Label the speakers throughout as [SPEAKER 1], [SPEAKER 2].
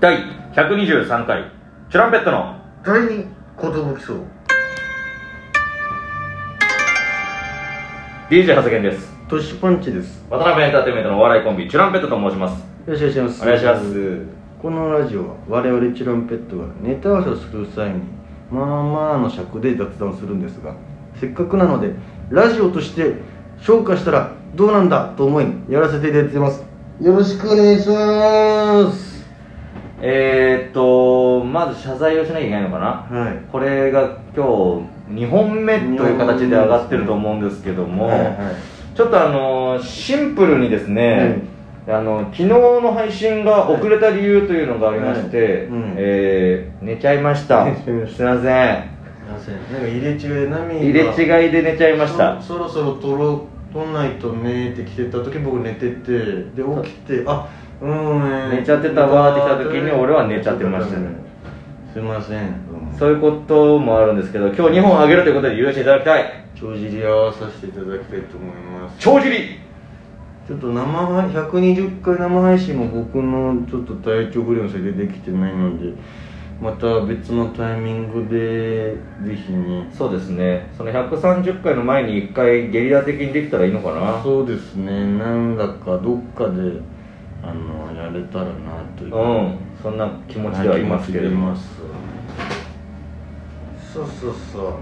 [SPEAKER 1] 第123回チュランペットの
[SPEAKER 2] 第二寿きそう。
[SPEAKER 1] DJ 発言です
[SPEAKER 3] トシパンチです。
[SPEAKER 1] 渡辺エンターテインメントのお笑いコンビチュランペットと申します
[SPEAKER 3] よろしくお願いします。
[SPEAKER 1] お願いします。
[SPEAKER 3] このラジオは我々チュランペットがネタ合わせをする際にまあまあの尺で雑談するんですが、せっかくなのでラジオとして消化したらどうなんだと思いやらせていただいてます。よろしくお願いします。
[SPEAKER 1] えー、っとまず謝罪をしなきゃいけないのかな
[SPEAKER 3] はい。
[SPEAKER 1] これが今日2本目という形で上がってると思うんですけども、
[SPEAKER 3] はいはい
[SPEAKER 1] ちょっとあのーシンプルにですね、あの昨日の配信が遅れた理由というのがありまして、
[SPEAKER 3] いうん
[SPEAKER 1] えー寝ちゃいました
[SPEAKER 3] 寝ちゃいました
[SPEAKER 1] すいません
[SPEAKER 3] なんか入れ違いで波が
[SPEAKER 1] 入れ違いで寝ちゃいました
[SPEAKER 3] そそろそろ撮ろう撮んないとねーって来てた時僕寝ててで起きてあうーんね
[SPEAKER 1] 寝ちゃってたわーって来た時に俺は寝ちゃってましたね
[SPEAKER 3] すいませんどうも
[SPEAKER 1] そういうこともあるんですけど今日2本あげるということで許していただきたい
[SPEAKER 3] 帳尻合わさせていただきたいと思います
[SPEAKER 1] 帳尻
[SPEAKER 3] ちょっと生配120回生配信も僕のちょっと体調不良のせいでできてないのでまた別のタイミングでぜひね
[SPEAKER 1] そうですねその130回の前に1回ゲリラ的にできたらいいのかな
[SPEAKER 3] そうですねなんだかどっかであのやれたらなという
[SPEAKER 1] うんそんな気持ちではいますけれども
[SPEAKER 3] はい気持ちでいますそうそうそう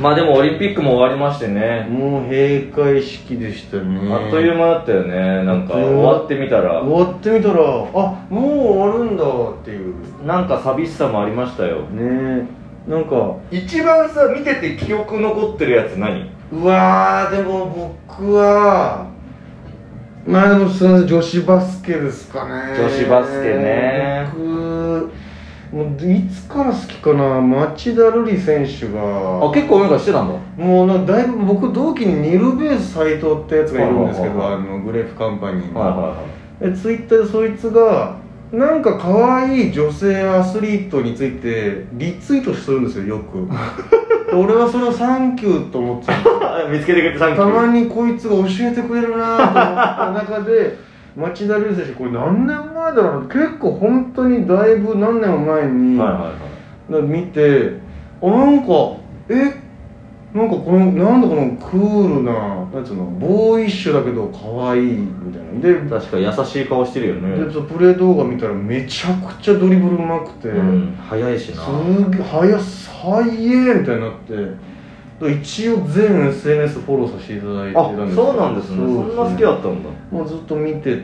[SPEAKER 1] まあでもオリンピックも終わりましてね、
[SPEAKER 3] もう閉会式でしたね
[SPEAKER 1] あっという間だったよねなんか終わってみたら
[SPEAKER 3] 終わってみたらあもう終わるんだっていう
[SPEAKER 1] なんか寂しさもありましたよ
[SPEAKER 3] ねえなんか
[SPEAKER 1] 一番さ見てて記憶残ってるやつ何
[SPEAKER 3] うわーでも僕はまあでもその女子バスケですかね
[SPEAKER 1] 女子バスケね
[SPEAKER 3] 僕もういつから好きかな町田瑠璃選手が
[SPEAKER 1] 結構なんかしてたんだ
[SPEAKER 3] もうなだいぶ僕同期にニルベース斎藤ってやつがいるんですけど
[SPEAKER 1] はい
[SPEAKER 3] あ
[SPEAKER 1] はい
[SPEAKER 3] のグレープカンパニーの、
[SPEAKER 1] はいはいはい
[SPEAKER 3] えツイッターでそいつがなんか可愛い女性アスリートについてリツイートするんですよよ くで俺はそれをサンキューと思ってた
[SPEAKER 1] あ 見つけてくれてサンキュ
[SPEAKER 3] たま
[SPEAKER 1] ー
[SPEAKER 3] にこいつが教えてくれるなと思った中で町田瑠選手これ何年前だろうな結構本当にだいぶ何年も前に、
[SPEAKER 1] はいはいはい
[SPEAKER 3] 見てあなんかえなんかこのなんだこのクールななんつうのボーイッシュだけど可愛いみたいなで
[SPEAKER 1] 確か優しい顔してるよ
[SPEAKER 3] で
[SPEAKER 1] ね
[SPEAKER 3] ちょっとプレー動画見たらめちゃくちゃドリブルうまくて、
[SPEAKER 1] うん早いし
[SPEAKER 3] す
[SPEAKER 1] な
[SPEAKER 3] げえ早さいえみたいになってだから一応全 SNS フォローさせていただいてた
[SPEAKER 1] あ
[SPEAKER 3] んです
[SPEAKER 1] そうなんですねそ
[SPEAKER 3] そうん
[SPEAKER 1] な好きだったんだ
[SPEAKER 3] もうずっと見てて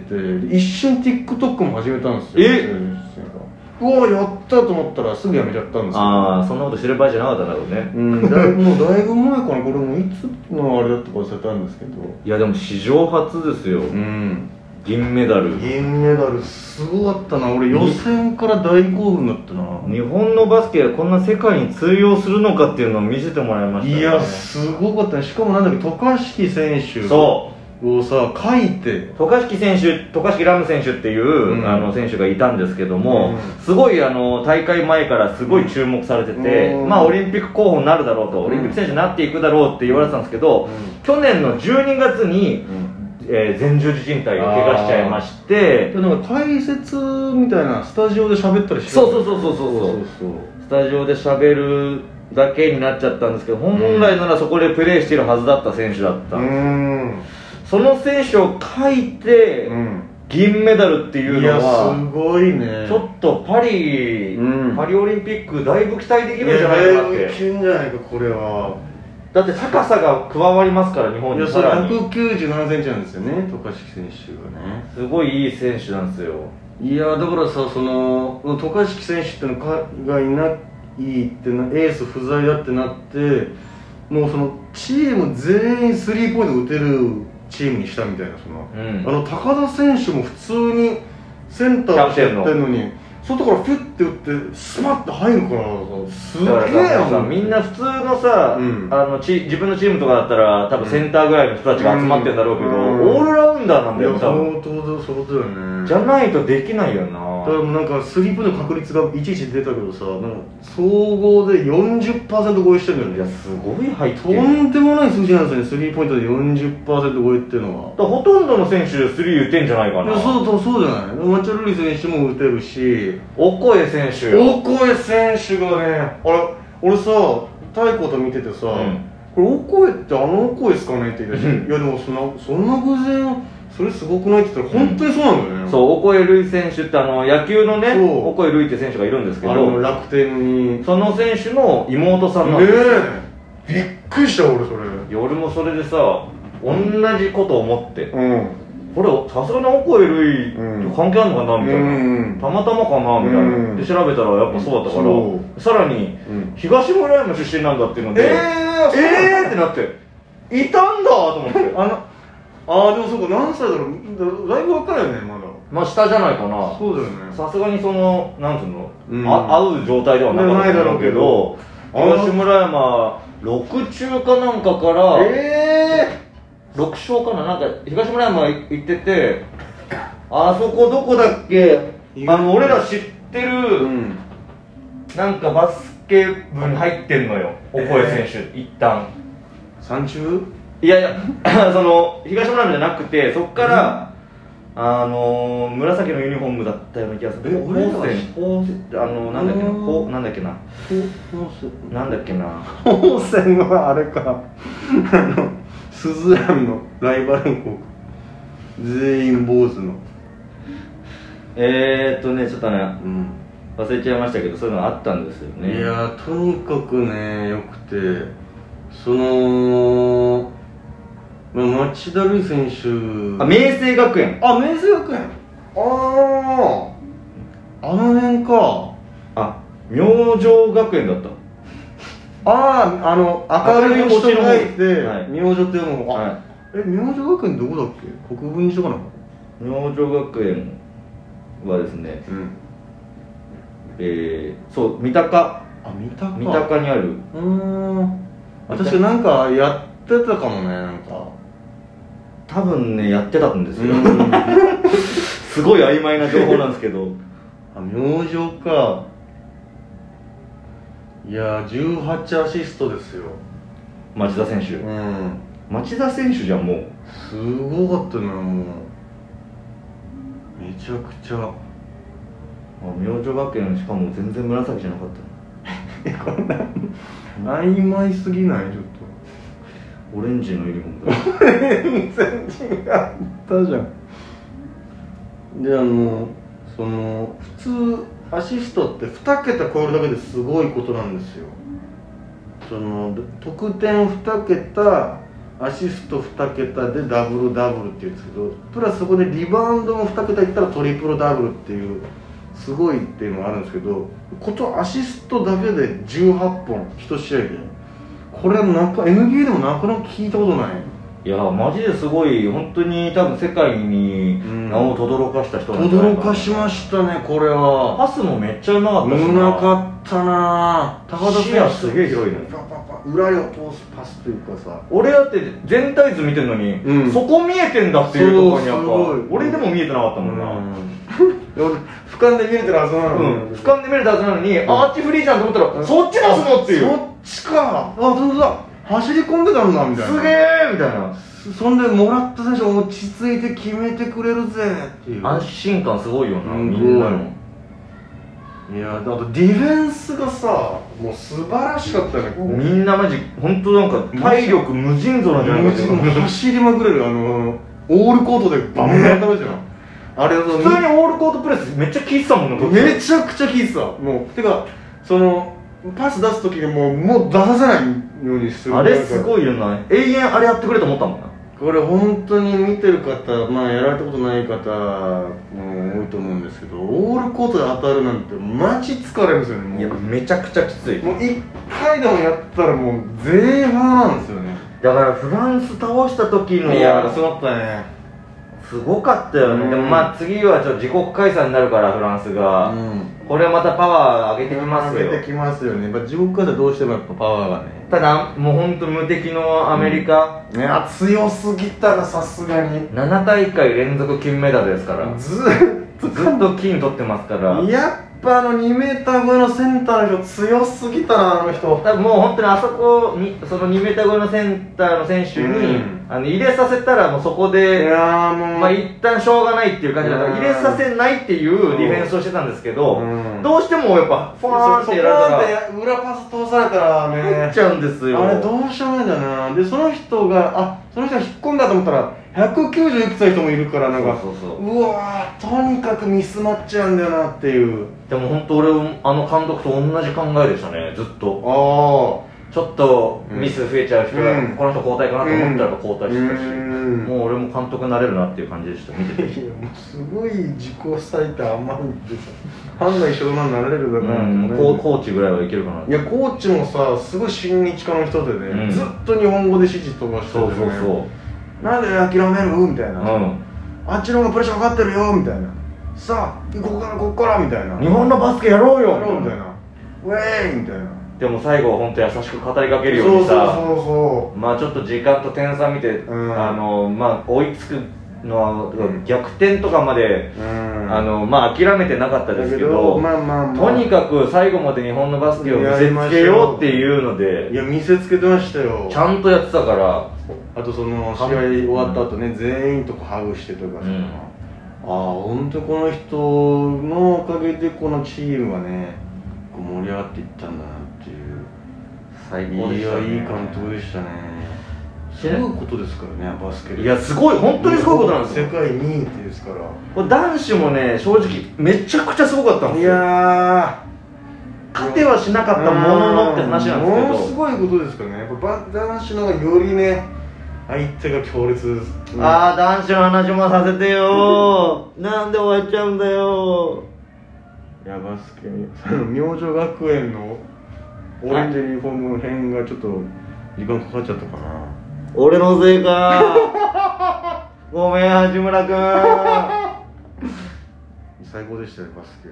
[SPEAKER 3] 一瞬 TikTok も始めたんです
[SPEAKER 1] え
[SPEAKER 3] よ SNS がうわやったと思ったらすぐやめちゃったんですよ
[SPEAKER 1] ああそんなことしてる場合じゃなかったんだろうね
[SPEAKER 3] うん、だいぶもうだいぶ前かなこれもいつのあれだったか忘れたんですけど
[SPEAKER 1] いやでも史上初ですよ
[SPEAKER 3] うん
[SPEAKER 1] 銀メダル
[SPEAKER 3] 銀メダルすごかったな俺予選から大興奮だったな
[SPEAKER 1] 日本のバスケがこんな世界に通用するのかっていうのを見せてもらいましたね
[SPEAKER 3] いやすごかったねしかもなんだっけ渡嘉敷選手を
[SPEAKER 1] そう
[SPEAKER 3] さ書いて
[SPEAKER 1] 渡嘉敷選手、渡嘉敷ラム選手っていう、
[SPEAKER 3] うん
[SPEAKER 1] あの選手がいたんですけども、
[SPEAKER 3] う
[SPEAKER 1] すごいあの大会前からすごい注目されてて、
[SPEAKER 3] うん
[SPEAKER 1] まあ、オリンピック候補になるだろうと、オリンピック選手になっていくだろうって言われてたんですけど、去年の12月に、えー前十字靭帯を怪我しちゃいまして
[SPEAKER 3] で、なんか解説みたいなスタジオで喋ったりしてた
[SPEAKER 1] そうそうそうそうそうそう
[SPEAKER 3] そう
[SPEAKER 1] スタジオで喋るだけになっちゃったんですけど、本来ならそこでプレーしてるはずだった選手だった、
[SPEAKER 3] ううん
[SPEAKER 1] その選手を書いて、
[SPEAKER 3] うん
[SPEAKER 1] 銀メダルっていう
[SPEAKER 3] い
[SPEAKER 1] の
[SPEAKER 3] や
[SPEAKER 1] は。
[SPEAKER 3] すごいね
[SPEAKER 1] ちょっとパリ、
[SPEAKER 3] うん
[SPEAKER 1] パリオリンピックだいぶ期待でき
[SPEAKER 3] い
[SPEAKER 1] るんじゃ
[SPEAKER 3] や
[SPEAKER 1] ない
[SPEAKER 3] だい
[SPEAKER 1] かなっ
[SPEAKER 3] ぶい
[SPEAKER 1] て
[SPEAKER 3] けんじゃないかこれは
[SPEAKER 1] だって高さが加わりますから日本
[SPEAKER 3] いや
[SPEAKER 1] に
[SPEAKER 3] そ
[SPEAKER 1] さ
[SPEAKER 3] れ
[SPEAKER 1] らに
[SPEAKER 3] 197センチなんですよね渡嘉敷選手がね
[SPEAKER 1] すごいいい選手なんですよ
[SPEAKER 3] いやだからさその渡嘉敷選手ってのかがいないってなエース不在だってなってもうそのチーム全員スリーポイント打てるチームにしたみたいなその、
[SPEAKER 1] うん
[SPEAKER 3] あの高田選手も普通にセンターしてやってんのに外からフィッて打ってスパッて入るからす
[SPEAKER 1] だから
[SPEAKER 3] げえや
[SPEAKER 1] さみんな普通のさ、
[SPEAKER 3] うん
[SPEAKER 1] あのち自分のチームとかだったら多分センターぐらいの人たちが集まってんだろうけど、
[SPEAKER 3] うん
[SPEAKER 1] オールラウンダーなん
[SPEAKER 3] い
[SPEAKER 1] だよ
[SPEAKER 3] や
[SPEAKER 1] 多
[SPEAKER 3] 相
[SPEAKER 1] 分
[SPEAKER 3] 当だそうだよね
[SPEAKER 1] じゃないとできないよな
[SPEAKER 3] からもうなんかスリープの確率がいちいち出たけどさなんか総合で40%超えしてるん
[SPEAKER 1] いや
[SPEAKER 3] だよね
[SPEAKER 1] すごい入って
[SPEAKER 3] と
[SPEAKER 1] るだか
[SPEAKER 3] んでもない数字なんですよねスリーポイントで40%超えっていうのは
[SPEAKER 1] らほとんどの選手スリー打てんじゃないか
[SPEAKER 3] いや
[SPEAKER 1] な
[SPEAKER 3] そうそうそうじゃないマッチョルリ選手も打てるし
[SPEAKER 1] おこえ選手よ
[SPEAKER 3] 大声選手がねあれ俺さ太鼓と見ててさ、
[SPEAKER 1] うん
[SPEAKER 3] これ大声ってあの大声ですかねって言って、
[SPEAKER 1] うん
[SPEAKER 3] いやでもそんなそんな偶然それすごくないって言ったら本当にそうなんだよね、
[SPEAKER 1] そうオコエルイ選手ってあの野球のね
[SPEAKER 3] そう
[SPEAKER 1] オコエルイって選手がいるんですけ
[SPEAKER 3] あれも
[SPEAKER 1] ど
[SPEAKER 3] 楽天にね
[SPEAKER 1] その選手の妹さんなんですよ
[SPEAKER 3] えびっくりした俺それ
[SPEAKER 1] いや俺もそれでさ同じこと思って
[SPEAKER 3] うん
[SPEAKER 1] これさすがにオコエルイ
[SPEAKER 3] うん
[SPEAKER 1] 関係あるのかなみたいな
[SPEAKER 3] うん
[SPEAKER 1] たまたまかなみたい
[SPEAKER 3] うん
[SPEAKER 1] なで調べたらやっぱそうだったか
[SPEAKER 3] そ
[SPEAKER 1] らさらに
[SPEAKER 3] うん
[SPEAKER 1] 東村山出身なんだっていうの
[SPEAKER 3] え
[SPEAKER 1] で
[SPEAKER 3] ー、そう
[SPEAKER 1] えーってなっていたんだと思って
[SPEAKER 3] あのあーでもそうか何歳だろうだだいぶ分からんよねまだ
[SPEAKER 1] まあ下じゃないかな
[SPEAKER 3] そうだよね
[SPEAKER 1] さすがにそのなんつうの、
[SPEAKER 3] うん
[SPEAKER 1] あ合う状態ではなかったんだろうけど
[SPEAKER 3] ないだろうけど
[SPEAKER 1] 東村山6中かなんかから、
[SPEAKER 3] え
[SPEAKER 1] 6勝かななんか東村山行っててあそこどこだっけ
[SPEAKER 3] 意外
[SPEAKER 1] あの俺ら知って
[SPEAKER 3] えー、
[SPEAKER 1] る
[SPEAKER 3] ん
[SPEAKER 1] なんかバスケ部に入ってんのよオコエ選手一旦
[SPEAKER 3] 三中
[SPEAKER 1] いやいや その東村山じゃなくてそっから、あのー紫のユニフォームだったような気がする
[SPEAKER 3] え俺らは
[SPEAKER 1] 高専高専あのなんだっけな
[SPEAKER 3] うん
[SPEAKER 1] こうなんだっけな
[SPEAKER 3] ほ
[SPEAKER 1] なんだっけな
[SPEAKER 3] 本線はあれ かあのスズランのライバル校全員坊主の
[SPEAKER 1] えー、っとねちょっとね
[SPEAKER 3] うん
[SPEAKER 1] 忘れちゃいましたけどそういうのあったんですよ
[SPEAKER 3] い
[SPEAKER 1] ね
[SPEAKER 3] やーとにかくねよくてその、まあ、町田瑠唯選手
[SPEAKER 1] あ明星学園
[SPEAKER 3] あ明星学園あああの辺か
[SPEAKER 1] あ明星学園だった
[SPEAKER 3] あああの明るい星の書いて、
[SPEAKER 1] はい
[SPEAKER 3] 明星って読むのあ、
[SPEAKER 1] は
[SPEAKER 3] え明星学園どこだっけ国分寺とかなの
[SPEAKER 1] い明星学園はですね
[SPEAKER 3] うん
[SPEAKER 1] えー、そう三鷹
[SPEAKER 3] あ三鷹
[SPEAKER 1] 三鷹にある
[SPEAKER 3] うーん私がなんかやってたかもねなんか
[SPEAKER 1] 多分ねやってたんですよ
[SPEAKER 3] あ
[SPEAKER 1] すごい曖昧な情報なんですけど
[SPEAKER 3] 明星かいやー18アシストですよ
[SPEAKER 1] 町田選手
[SPEAKER 3] うん
[SPEAKER 1] 町田選手じゃんもう
[SPEAKER 3] すごかったなもうめちゃくちゃ
[SPEAKER 1] あ明星学園しかも全然紫じゃなかった
[SPEAKER 3] 曖昧すぎないちょっと
[SPEAKER 1] オレンジのユニフォームだ
[SPEAKER 3] たじゃんであのその普通アシストって2桁超えるだけですごいことなんですよその得点2桁アシスト2桁でダブルダブルって言うんですけどプラスそこでリバウンドも2桁いったらトリプルダブルっていうすごいっていうのがあるんですけどことアシストだけで18本1試合でこれなんか NBA でもなかなか聞いたことない
[SPEAKER 1] いやマジですごい本当に多分世界に名を轟かした人なんじゃない
[SPEAKER 3] 驚かしましたねこれは
[SPEAKER 1] パスもめっちゃうまかったし
[SPEAKER 3] うまかったなぁ高田
[SPEAKER 1] 視野
[SPEAKER 3] 選手
[SPEAKER 1] すげえ広いね
[SPEAKER 3] パパパ裏を通すパスというかさ
[SPEAKER 1] 俺だって全体図見てんのに、
[SPEAKER 3] うん
[SPEAKER 1] そこ見えてんだっていうところにやっぱ
[SPEAKER 3] そうすごい
[SPEAKER 1] 俺でも見えてなかった
[SPEAKER 3] う
[SPEAKER 1] もんな、
[SPEAKER 3] 俺俯瞰で見れてるはずな
[SPEAKER 1] う
[SPEAKER 3] の
[SPEAKER 1] ん、俯瞰で見れたはずなのに、アーチフリーじゃんと思ったら、
[SPEAKER 3] うん
[SPEAKER 1] そっち出すのっていう
[SPEAKER 3] そっちかあ本当だ走り込んでたんだみたいな
[SPEAKER 1] すげ
[SPEAKER 3] え
[SPEAKER 1] えみたいな
[SPEAKER 3] そんでもらった選手落ち着いて決めてくれるぜっていう
[SPEAKER 1] 安心感すごいよな、
[SPEAKER 3] うん
[SPEAKER 1] みんなの
[SPEAKER 3] いやあとディフェンスがさもう素晴らしかったね
[SPEAKER 1] みんなマジ本当なんか体力無尽蔵なんじゃないかっていうか
[SPEAKER 3] 走りまくれるあのオールコートでバンバン当たるじゃんあれ
[SPEAKER 1] 普通にオールコートプレスめっちゃ効いてたもんなこっち
[SPEAKER 3] めちゃくちゃ効いてたもうてかそのパス出す時にもうもう出させないようにする
[SPEAKER 1] あれす
[SPEAKER 3] い
[SPEAKER 1] ごいよな永遠あれやってくれと思ったもんな
[SPEAKER 3] これ本当に見てる方まあやられたことない方も多いと思うんですけどオールコートで当たるなんてマジ疲れるんですよねもう
[SPEAKER 1] いやめちゃくちゃきつい
[SPEAKER 3] もう1回でもやったらもう前半なんですよね
[SPEAKER 1] だからフランス倒した時の
[SPEAKER 3] そうだったね
[SPEAKER 1] すごかったよね、
[SPEAKER 3] うん
[SPEAKER 1] でもまあ次はちょっと自国開催になるからフランスが、
[SPEAKER 3] うん
[SPEAKER 1] これまたパワー上げてきますよ
[SPEAKER 3] 上げてきますよねやっぱ地獄からどうしてもやっぱパワーがね
[SPEAKER 1] ただもう本当無敵のアメリカ、
[SPEAKER 3] ねあ強すぎたらさすがに
[SPEAKER 1] 7大会連続金メダルですから、
[SPEAKER 3] ずっ
[SPEAKER 1] ずっと金取ってますから
[SPEAKER 3] とやっぱあの 2m 超えのセンターの人強すぎたなあの人
[SPEAKER 1] 多分もう本当にあそこにその2メーター超えのセンターの選手に、
[SPEAKER 3] うん
[SPEAKER 1] あの入れさせたらもうそこ
[SPEAKER 3] い
[SPEAKER 1] で、
[SPEAKER 3] やーもう
[SPEAKER 1] まあ一旦しょうがないっていう感じだから
[SPEAKER 3] うん
[SPEAKER 1] 入れさせないっていうディフェンスをしてたんですけど、
[SPEAKER 3] うん
[SPEAKER 1] どうしてもやっぱファーンってやられたら
[SPEAKER 3] そこなんて裏パス通されたらね
[SPEAKER 1] 入っちゃうんですよ
[SPEAKER 3] あれどうしようもないんだよなでその人があその人が引っ込んだと思ったら190いくつの人もいるからなんか
[SPEAKER 1] そうそうそう
[SPEAKER 3] うわーとにかくミスマッチなんだよなっていう
[SPEAKER 1] でも本当俺もあの監督と同じ考えでしたねずっと
[SPEAKER 3] あ
[SPEAKER 1] ちょっとミス増えちゃう人が、
[SPEAKER 3] うん
[SPEAKER 1] この人交代かなと思ったら交代してたし、
[SPEAKER 3] うん
[SPEAKER 1] もう俺も監督になれるなっていう感じでした見て
[SPEAKER 3] い
[SPEAKER 1] て
[SPEAKER 3] やもうすごい自己最多甘いんでさファンが一緒になれるだから、
[SPEAKER 1] うん、コーコーチぐらいはいけるかない
[SPEAKER 3] やコーチもさすごい親日家の人でね、
[SPEAKER 1] うん
[SPEAKER 3] ずっと日本語で指示とかしてて、
[SPEAKER 1] そう
[SPEAKER 3] ね、
[SPEAKER 1] そうそう
[SPEAKER 3] なんで諦めるみたいな、
[SPEAKER 1] う、
[SPEAKER 3] あっちの方がプレッシャーかかってるよみたいなさあここからここからみたいなん
[SPEAKER 1] 日本のバスケやろうよ
[SPEAKER 3] やろうみたいなウェーイみたいな
[SPEAKER 1] でも最後は本当優しく語りかけるようにさ
[SPEAKER 3] そうそうそ
[SPEAKER 1] まあちょっと時間と点差見て、
[SPEAKER 3] うん
[SPEAKER 1] あのまあ追いつくのは、
[SPEAKER 3] うん
[SPEAKER 1] 逆転とかまで、
[SPEAKER 3] ううん
[SPEAKER 1] あのまあ諦めてなかったですけど
[SPEAKER 3] まあまあまあ
[SPEAKER 1] とにかく最後まで日本のバスケを見せつけようっていうの
[SPEAKER 3] い
[SPEAKER 1] で
[SPEAKER 3] や見せつけてましたよ
[SPEAKER 1] ちゃんとやってたから
[SPEAKER 3] あとその試合終わった後ね、全員とこハグしてとかさ、
[SPEAKER 1] うん
[SPEAKER 3] ああ本当この人のおかげでこのチームがねこう盛り上がっていったんだなっていう
[SPEAKER 1] 最
[SPEAKER 3] い
[SPEAKER 1] 高でした、
[SPEAKER 3] や
[SPEAKER 1] ね、
[SPEAKER 3] いい監督でしたねすごいことですからねバスケで
[SPEAKER 1] いやすごい本当にすごいことなんですよ
[SPEAKER 3] 世界2位ってですから
[SPEAKER 1] これ男子もね正直めちゃくちゃすごかったんで
[SPEAKER 3] い
[SPEAKER 1] すよ
[SPEAKER 3] や
[SPEAKER 1] 勝てはしなかったもののって話なん
[SPEAKER 3] も
[SPEAKER 1] で
[SPEAKER 3] の
[SPEAKER 1] す
[SPEAKER 3] す
[SPEAKER 1] けど
[SPEAKER 3] ごいことですからねやっぱバ男子の方がよりね相手が強烈です
[SPEAKER 1] ああ男子の話もさせてよなんで終わっちゃうんだよ
[SPEAKER 3] いやバスケその明星学園のオレンジユニフォームの辺がちょっと時間かかっちゃったかな
[SPEAKER 1] 俺のせいか ごめん八村君
[SPEAKER 3] 最高でしたねバスケ